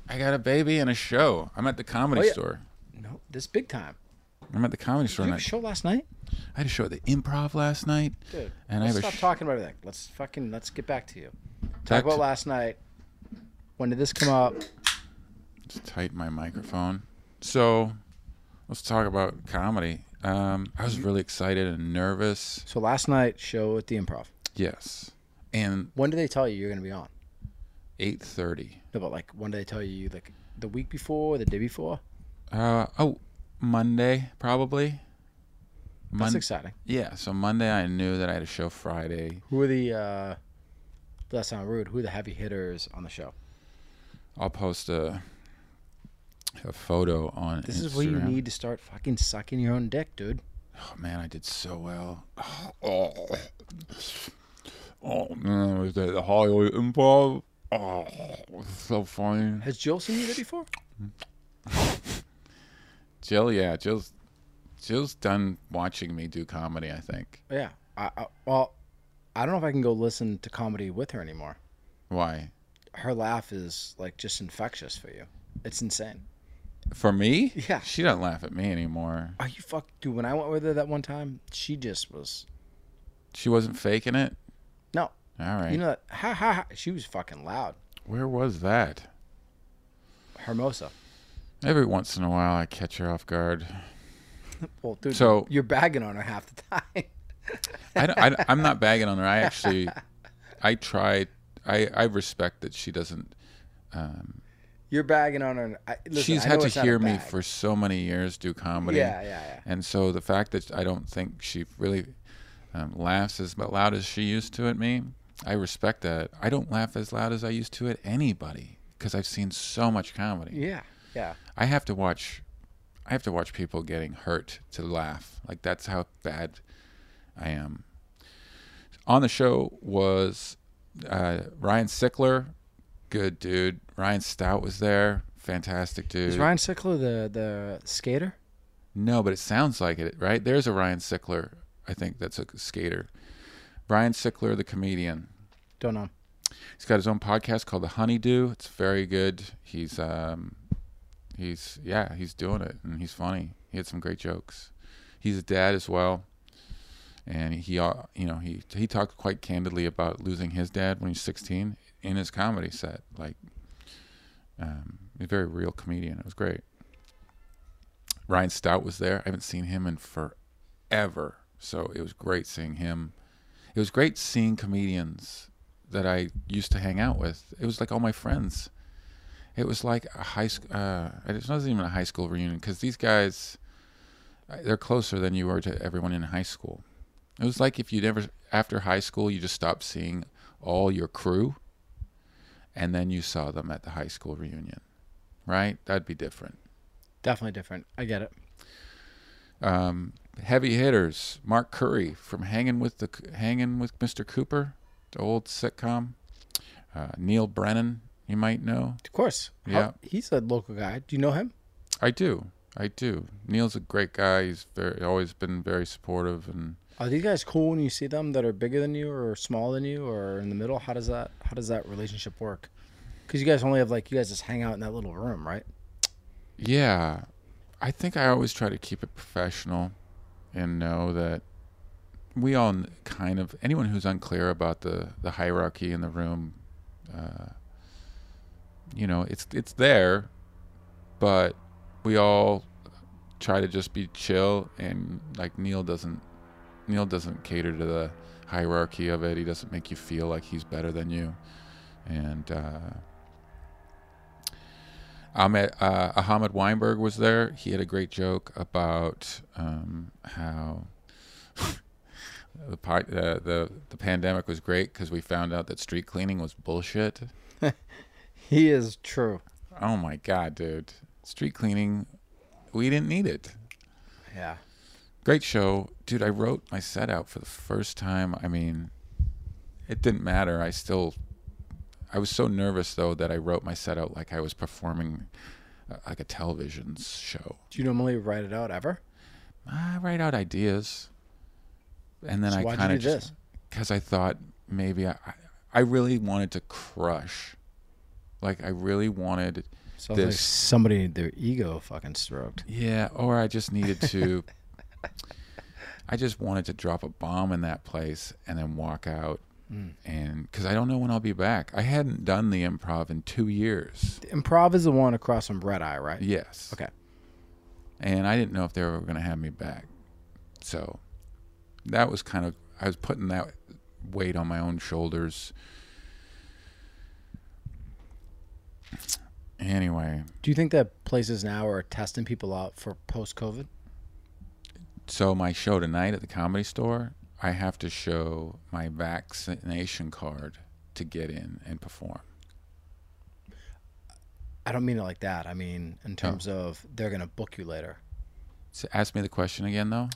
I got a baby and a show. I'm at the comedy
Oh, yeah.
store.
No, this big time.
I'm at the comedy store.
You
And
have
I,
a show last night,
I had a show at the Improv last night,
dude.
and I
let's
have a
stop
sh-
talking about everything. Let's fucking let's get back to you. Talk
Back
about
to-
last night. When did this come up?
Just tighten my microphone. So, let's talk about comedy. Um, I was really excited and nervous.
So last night show at the improv.
Yes, and
When did they tell you you're going to be on?
eight thirty.
No, but like when did they tell you like the week before, the day before?
Uh, oh, Monday probably.
That's
Monday.
exciting.
yeah, so Monday I knew that I had a show Friday.
Who are the uh that's not rude, who are the heavy hitters on the show?
I'll post a a photo on
This is where you
Instagram.
need to start fucking sucking your own dick, dude.
Oh man, I did so well. Oh, oh man, was that the Hollywood Improv? Oh, it was so funny.
Has Jill seen you there before?
Jill, yeah, Jill's Jill's done watching me do comedy. I think.
Oh, Yeah. I, I well, I don't know if I can go listen to comedy with her anymore.
Why?
Her laugh is like just infectious for you. It's insane.
For me?
Yeah.
She doesn't laugh at me anymore.
Are you fuck dude? When I went with her that one time, she just was
She wasn't faking it.
no.
All right.
You know that ha ha ha. She was fucking loud.
Where was that?
Hermosa.
Every once in a while, I catch her off guard.
Well, dude,
So-
you're bagging on her half the time.
I don't, I, am not bagging on her. I actually, I try. I I respect that she doesn't. Um,
You're bagging on her. and I, listen,
she's
I
had
know
to
it's not a
hear me
bag.
for so many years do comedy.
Yeah, yeah, yeah.
And so the fact that I don't think she really um, laughs as loud as she used to at me, I respect that. I don't laugh as loud as I used to at anybody because I've seen so much comedy.
Yeah, yeah.
I have to watch. I have to watch people getting hurt to laugh. Like that's how bad I am. On the show was uh, Ryan Sickler, good dude. Ryan Stout was there, fantastic dude.
Is Ryan Sickler the the skater?
No, but it sounds like it, right? There's a Ryan Sickler. I think that's a skater. Ryan Sickler, the comedian.
Don't know.
He's got his own podcast called The Honeydew. It's very good. He's um he's yeah, he's doing it and he's funny. He had some great jokes. He's a dad as well. And he uh, you know, he he talked quite candidly about losing his dad when he's 16 in his comedy set. Like um he's a very real comedian. It was great. Ryan Stout was there. I haven't seen him in forever. So it was great seeing him. It was great seeing comedians that I used to hang out with. It was like all my friends. It was like a high school. Uh, it wasn't even a high school reunion because these guys, uh, they're closer than you were to everyone in high school. It was like if you never after high school you just stopped seeing all your crew, and then you saw them at the high school reunion, right? That'd be different.
Definitely different. I get it.
Um, heavy hitters, Mark Curry from Hanging with the Hanging with Mr. Cooper, the old sitcom. Uh, Neil Brennan, you might know.
Of course. How-
Yeah.
he's a local guy. Do you know him?
I do. I do. Neil's a great guy. He's very always been very supportive and
Are these guys cool when you see them that are bigger than you or smaller than you or in the middle? How does that how does that relationship work? Because you guys only have like you guys just hang out in that little room, right?
yeah. I think I always try to keep it professional and know that we all kn- kind of anyone who's unclear about the the hierarchy in the room uh you know, it's it's there, but we all try to just be chill and like Neil doesn't Neil doesn't cater to the hierarchy of it. He doesn't make you feel like he's better than you. And uh Ahmed, uh, Ahmed Weinberg was there. He had a great joke about um, how the, pi- uh, the the pandemic was great because we found out that street cleaning was bullshit.
He is true.
Oh my god, dude! Street cleaning, we didn't need it.
Yeah.
Great show, dude. I wrote my set out for the first time. I mean, it didn't matter. I still, I was so nervous though that I wrote my set out like I was performing uh, like a television show.
Do you normally write it out ever?
I write out ideas, and then
So
I
why'd you
kind
do
of just because I thought maybe I, I, I really wanted to crush, like I really wanted,
Sounds like
This-
somebody had their ego fucking stroked.
yeah, or I just needed to. I just wanted to drop a bomb in that place and then walk out
Hmm.
and because I don't know when I'll be back. I hadn't done the improv in two years.
Improv is the one across from Red Eye, right?
Yes.
Okay.
and I didn't know if they were going to have me back. So that was kind of I was putting that weight on my own shoulders. Anyway,
Do you think that places now are testing people out for post COVID?
so my show tonight at the comedy store, I have to show my vaccination card to get in and perform.
I don't mean it like that. I mean in terms of they're gonna book you later.
So ask me the question again though.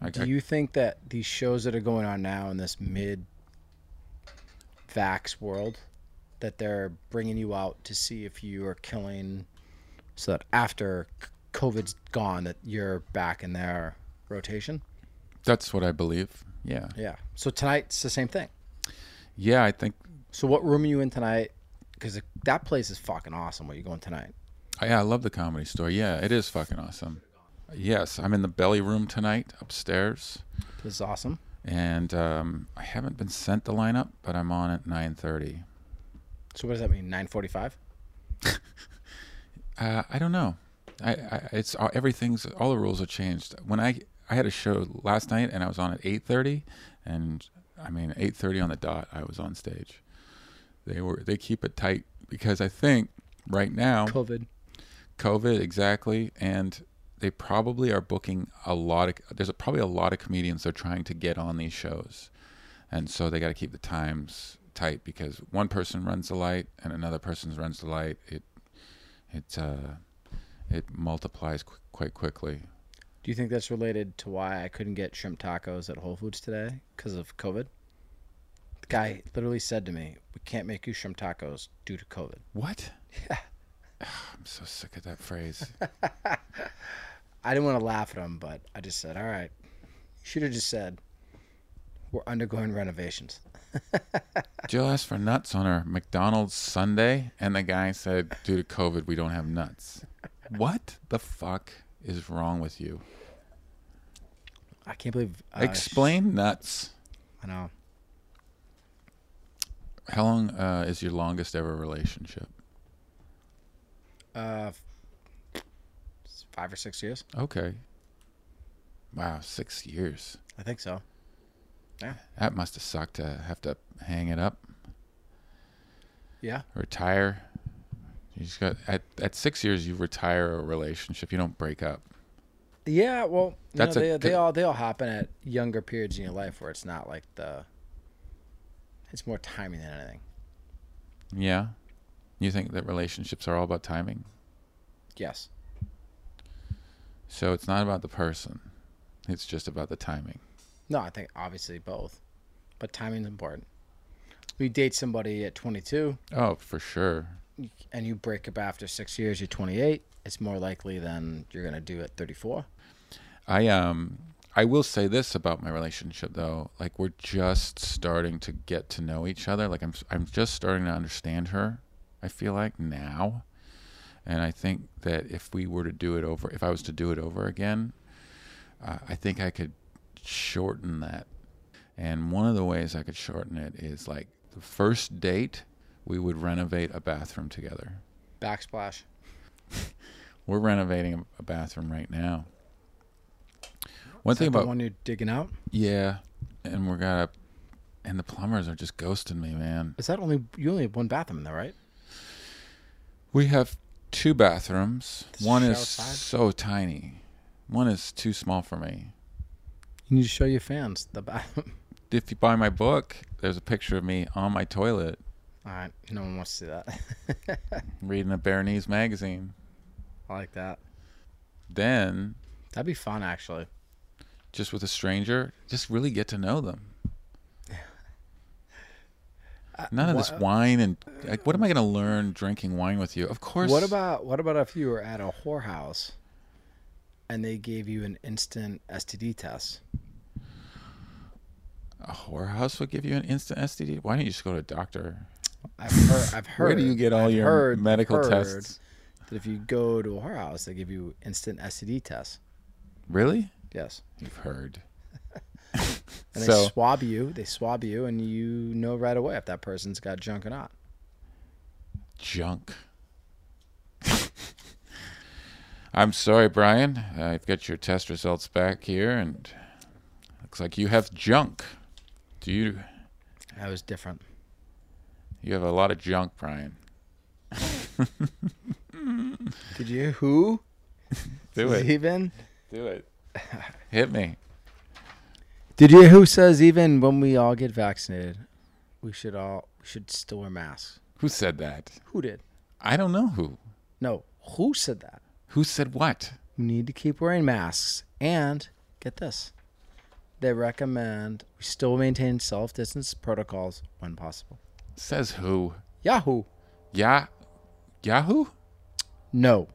I,
Do you think that these shows that are going on now in this mid vax world that they're bringing you out to see if you are killing so that after c- COVID's gone that you're back in their rotation?
that's what I believe. Yeah.
Yeah. So tonight's the same thing.
Yeah, I think
So what room are you in tonight? Because that place is fucking awesome. Where you going tonight?
Uh, Yeah, I love the comedy store. Yeah, it is fucking awesome. Yes, I'm in the belly room tonight upstairs,
This is awesome.
and um, I haven't been sent the lineup, but I'm on at 9:30.
So what does that mean? Nine forty-five.
Uh, I don't know. I, I it's all, everything's all the rules have changed. When I I had a show last night and I was on at 8:30, and I mean 8:30 on the dot, I was on stage. They were they keep it tight because I think right now
COVID.
COVID exactly, and they probably are booking a lot of. There's probably a lot of comedians they're trying to get on these shows, and so they got to keep the times tight because one person runs the light and another person runs the light. It it uh, it multiplies qu- quite quickly.
Do you think that's related to why I couldn't get shrimp tacos at Whole Foods today because of COVID? The guy literally said to me, "We can't make you shrimp tacos due to COVID."
What? Yeah. I'm so sick of that phrase.
I didn't want to laugh at him, but I just said, "All right." Should have just said, "We're undergoing renovations."
Jill asked for nuts on her McDonald's Sunday, and the guy said, "Due to COVID, we don't have nuts." What the fuck is wrong with you?
I can't believe. Uh,
Explain nuts.
I know.
How long uh, is your longest ever relationship?
Uh, five or six years.
Okay. Wow, six years.
I think so.
That must have sucked to have to hang it up,
Yeah.
retire. You just got at, at six years you retire a relationship. You don't break up.
Yeah, well, you
That's
know,
a
they, they
good-
all they all happen at younger periods in your life where it's not like the. It's more timing than anything.
Yeah. You think that relationships are all about timing?
Yes,
So it's not about the person. It's just about the timing.
no, I think obviously both, but timing's important. You date somebody at 22
Oh, for sure.
and you break up after six years. You're 28. It's more likely than you're gonna do at 34.
I um I will say this about my relationship though, like we're just starting to get to know each other. Like I'm I'm just starting to understand her. I feel like now, and I think that if we were to do it over, if I was to do it over again, uh, I think I could shorten that. And one of the ways I could shorten it is like the first date, we would renovate a bathroom together.
Backsplash.
We're renovating a- a bathroom right now. One
Is that
thing about
the one you're digging out.
yeah, and we're gonna, and the plumbers are just ghosting me, man.
Is that only you only have one bathroom in there, right?
We have two bathrooms.
This
one
shower
is
side?
so tiny. One is too small for me.
You need to show your fans the bathroom.
If you buy my book, there's a picture of me on my toilet
all right, no one wants to see that.
reading a Berenice magazine.
I like that.
Then,
That'd be fun, actually.
just with a stranger, just really get to know them. None of this
Uh, wha- uh,
wine and like, what am I going to learn drinking wine with you? Of course.
What about what about if you were at a whorehouse and they gave you an instant STD test?
a whorehouse would give you an instant STD? Why don't you just go to a doctor?
I've heard. I've heard
Where do you get all
I've
your
heard-
medical
heard
tests?
That if you go to a whorehouse, they give you instant STD tests.
Really?
Yes.
You've heard.
And they
So-
swab you. They swab you, and you know right away if that person's got junk or not.
junk. I'm sorry, Brian. I've got your test results back here, and looks like you have junk. Do you?
That was different.
You have a lot of junk, Brian.
Did you? Who?
Do
Says
it.
Even?
Do it. Hit me.
Did you? Who says even when we all get vaccinated, we should all we should still wear masks?
Who said that?
Who did?
I don't know who.
No. Who said that?
Who said what?
We need to keep wearing masks. And get this. They recommend we still maintain self distance protocols when possible.
Says who?
Yahoo.
Ya, Yahoo?
No.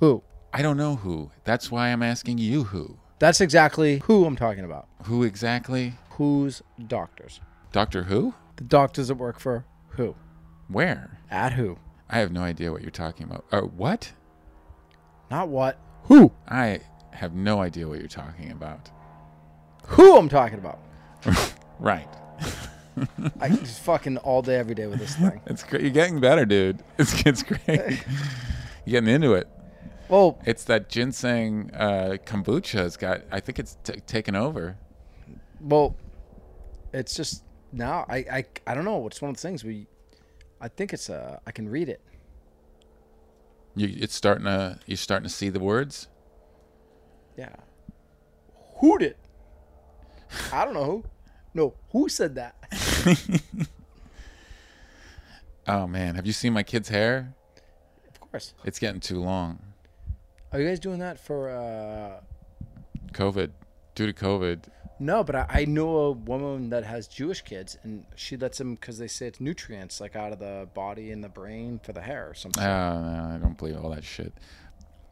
Who?
I don't know who. That's why I'm asking you who.
That's exactly who I'm talking about.
Who exactly?
Who's doctors?
Doctor Who?
The doctors that work for who?
Where?
At who?
I have no idea what you're talking about. Or what?
Not what. Who?
I have no idea what you're talking about.
Who I'm talking about.
Right.
I just fucking all day, every day with this thing.
It's great. You're getting better, dude. It's, it's great. You're getting into it.
Well,
It's that ginseng uh, kombucha has got, I think it's t- taken over.
well, it's just now. I, I, I don't know. It's one of the things we. I think it's uh I can read it.
You, it's starting to, you're starting to see the words.
Yeah. Who did? I don't know who. No, who said that?
Oh, man. Have you seen my kid's hair?
Of course.
It's getting too long.
Are you guys doing that for? uh
COVID. Due to COVID.
No, but I, I know a woman that has Jewish kids, and she lets them because they say it's nutrients like out of the body and the brain for the hair or something.
Oh, no, I don't believe all that shit.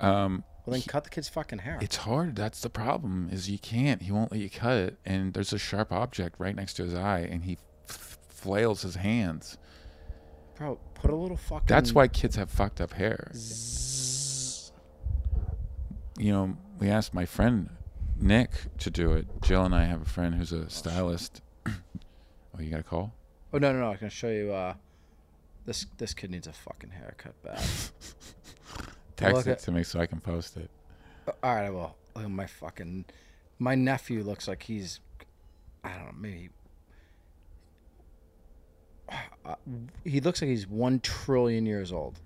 Um,
well, then cut the kid's fucking hair.
It's hard. That's the problem. Is you can't. He won't let you cut it. And there's a sharp object right next to his eye, and he f- flails his hands.
Bro, put a little fucking.
That's why kids have fucked up hair. You know, we asked my friend Nick to do it. Jill and I have a friend who's a stylist. oh, you got a call?
Oh no no no! I can show you. uh This this kid needs a fucking haircut bad.
Text
Look
it
at-
to me so I can post it.
All right, well, look at my fucking my nephew looks like he's I don't know maybe Uh, he looks like he's one trillion years old.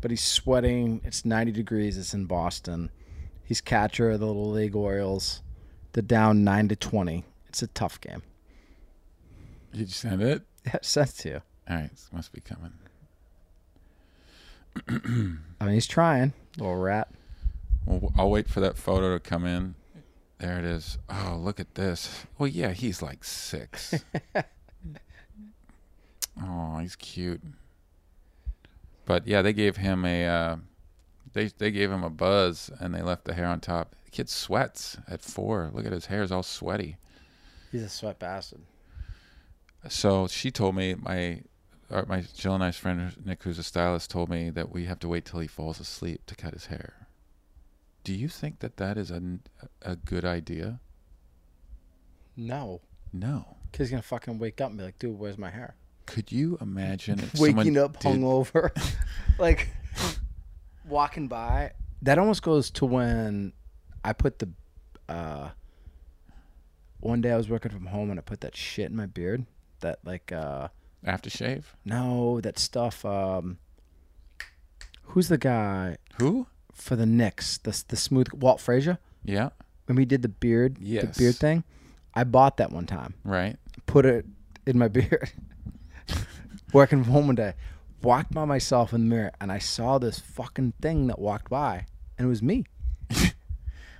But he's sweating. It's 90 degrees. It's in Boston. He's catcher of the Little League Orioles. They're down 9 to 20. It's a tough game.
Did you send it?
Yeah, sense to you.
All right, it must be coming.
I mean, he's trying. Little rat.
Well, I'll wait for that photo to come in. There it is. Oh, look at this. Well, yeah, he's like six. oh, he's cute. But yeah, they gave him a uh, they they gave him a buzz, and they left the hair on top. The kid sweats at four. Look at his hair is all sweaty.
He's a sweat bastard.
So she told me my or my Jill and I's friend Nick, who's a stylist, told me that we have to wait till he falls asleep to cut his hair. Do you think that that is a, a good idea?
No.
No.
Kid's going to fucking wake up and be like, dude, where's my hair?
Could you imagine if
waking
someone
up
did-
hungover, like walking by. That almost goes to when I put the. Uh, one day I was working from home and I put that shit in my beard. That like uh,
aftershave?
no, that stuff. Um, who's the guy
Who?
for the Knicks? The the smooth Walt Frazier
Yeah.
when we did the beard,
Yes.
the beard thing. I bought that one time
Right.
put it in my beard. Working from home one day, walked by myself in the mirror, and I saw this fucking thing that walked by, and it was me.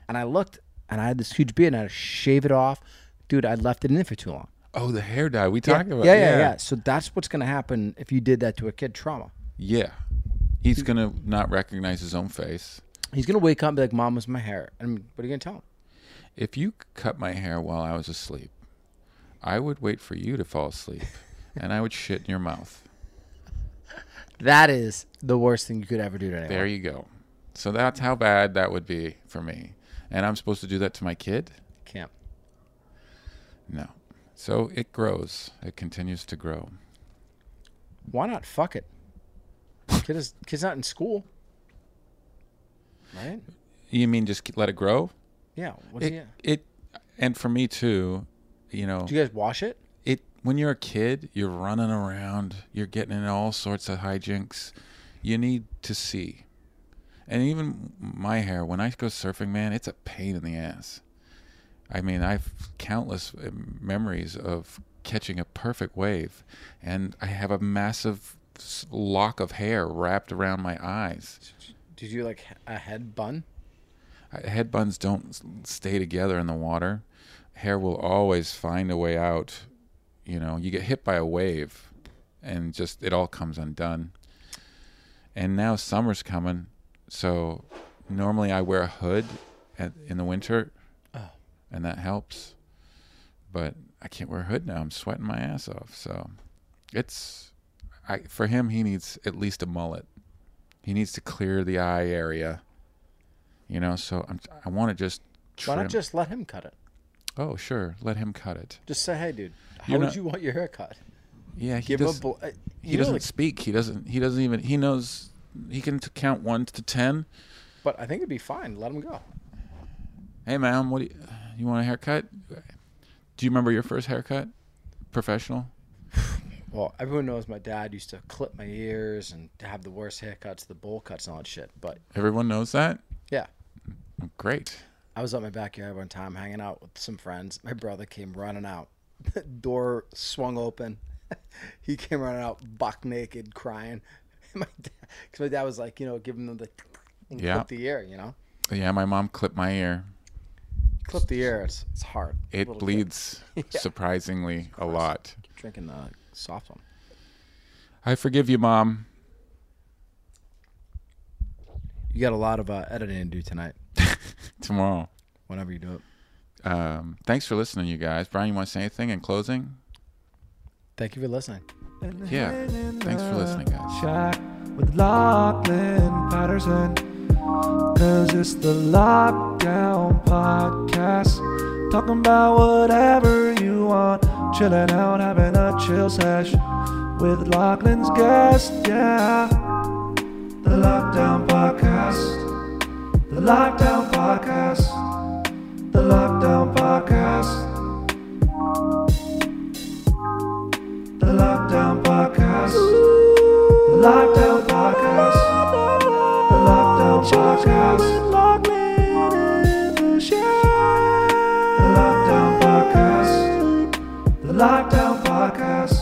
and I looked, and I had this huge beard, and I had to shave it off. Dude, I left it in for too long.
Oh, the hair dye we talked about.
yeah, yeah, yeah. So that's what's gonna happen if you did that to a kid. Trauma.
Yeah. He's gonna not recognize his own face.
He's gonna wake up and be like, "Mom, was my hair?" And what are you gonna tell him?
If you cut my hair while I was asleep, I would wait for you to fall asleep, and I would shit in your mouth.
That is the worst thing you could ever do to anyone.
There you go. So that's how bad that would be for me. And I'm supposed to do that to my kid?
Can't.
No. So it grows. It continues to grow.
Why not? Fuck it. Kid is kid's not in school. Right?
You mean just ke- let it grow?
Yeah. What's
It,
he-
it and for me too, you know,
Do you guys wash it?
it when you're a kid, you're running around, you're getting in all sorts of hijinks. You need to see. And even my hair, when I go surfing, man, it's a pain in the ass. I mean, I've countless uh, memories of catching a perfect wave, and I have a massive s- lock of hair wrapped around my eyes.
Did you like a head bun?
I- Head buns don't s- stay together in the water. Hair will always find a way out. You know, you get hit by a wave and just it all comes undone. And now summer's coming. So normally I wear a hood at, in the winter
Oh.
and that helps. But I can't wear a hood now. I'm sweating my ass off. So it's I, for him, he needs at least a mullet. He needs to clear the eye area. You know, so I'm, I want to just trim.
Why not just let him cut it?
oh, sure. Let him cut it.
Just say, hey, dude, how
You're
would
not-
you want your hair cut?
Yeah, he
Give him a.
does,
Bl- uh,
he
you know,
doesn't
like-
speak. He doesn't. He doesn't even. He knows. He can t- count one to ten.
but I think it'd be fine. Let him go.
Hey, ma'am, what do you, you want a haircut? Do you remember your first haircut? Professional?
Well, everyone knows my dad used to clip my ears and to have the worst haircuts, the bowl cuts, and all that shit. But
Everyone knows that.
yeah,
Great.
I was out in my backyard one time hanging out with some friends. My brother came running out. Door swung open. he came running out, buck naked, crying. my dad, because my dad was like, you know, giving them the and
Yeah.
clip the ear, you know,
Yeah, my mom clipped my ear.
clip the ear. It's, it's hard.
It
Little kid
bleeds surprisingly a lot.
Drinking the soft one.
I forgive you, mom.
You got a lot of uh, editing to do tonight.
Tomorrow.
Whenever you do it.
Um, thanks for listening, you guys. Brian, you want to say anything in closing?
Thank you for listening.
Yeah. Thanks for listening, guys.
Shack with Lachlan Patterson. Cause it's the Lockdown Podcast. Talking about whatever you want. Chilling out, having a chill sesh with Lachlan's guest. Yeah. The Lockdown Podcast. The Lockdown Podcast. The Lockdown Podcast. The Lockdown Podcast. The Lockdown Podcast. The Lockdown Podcast. The Lockdown Podcast. The Lockdown Podcast.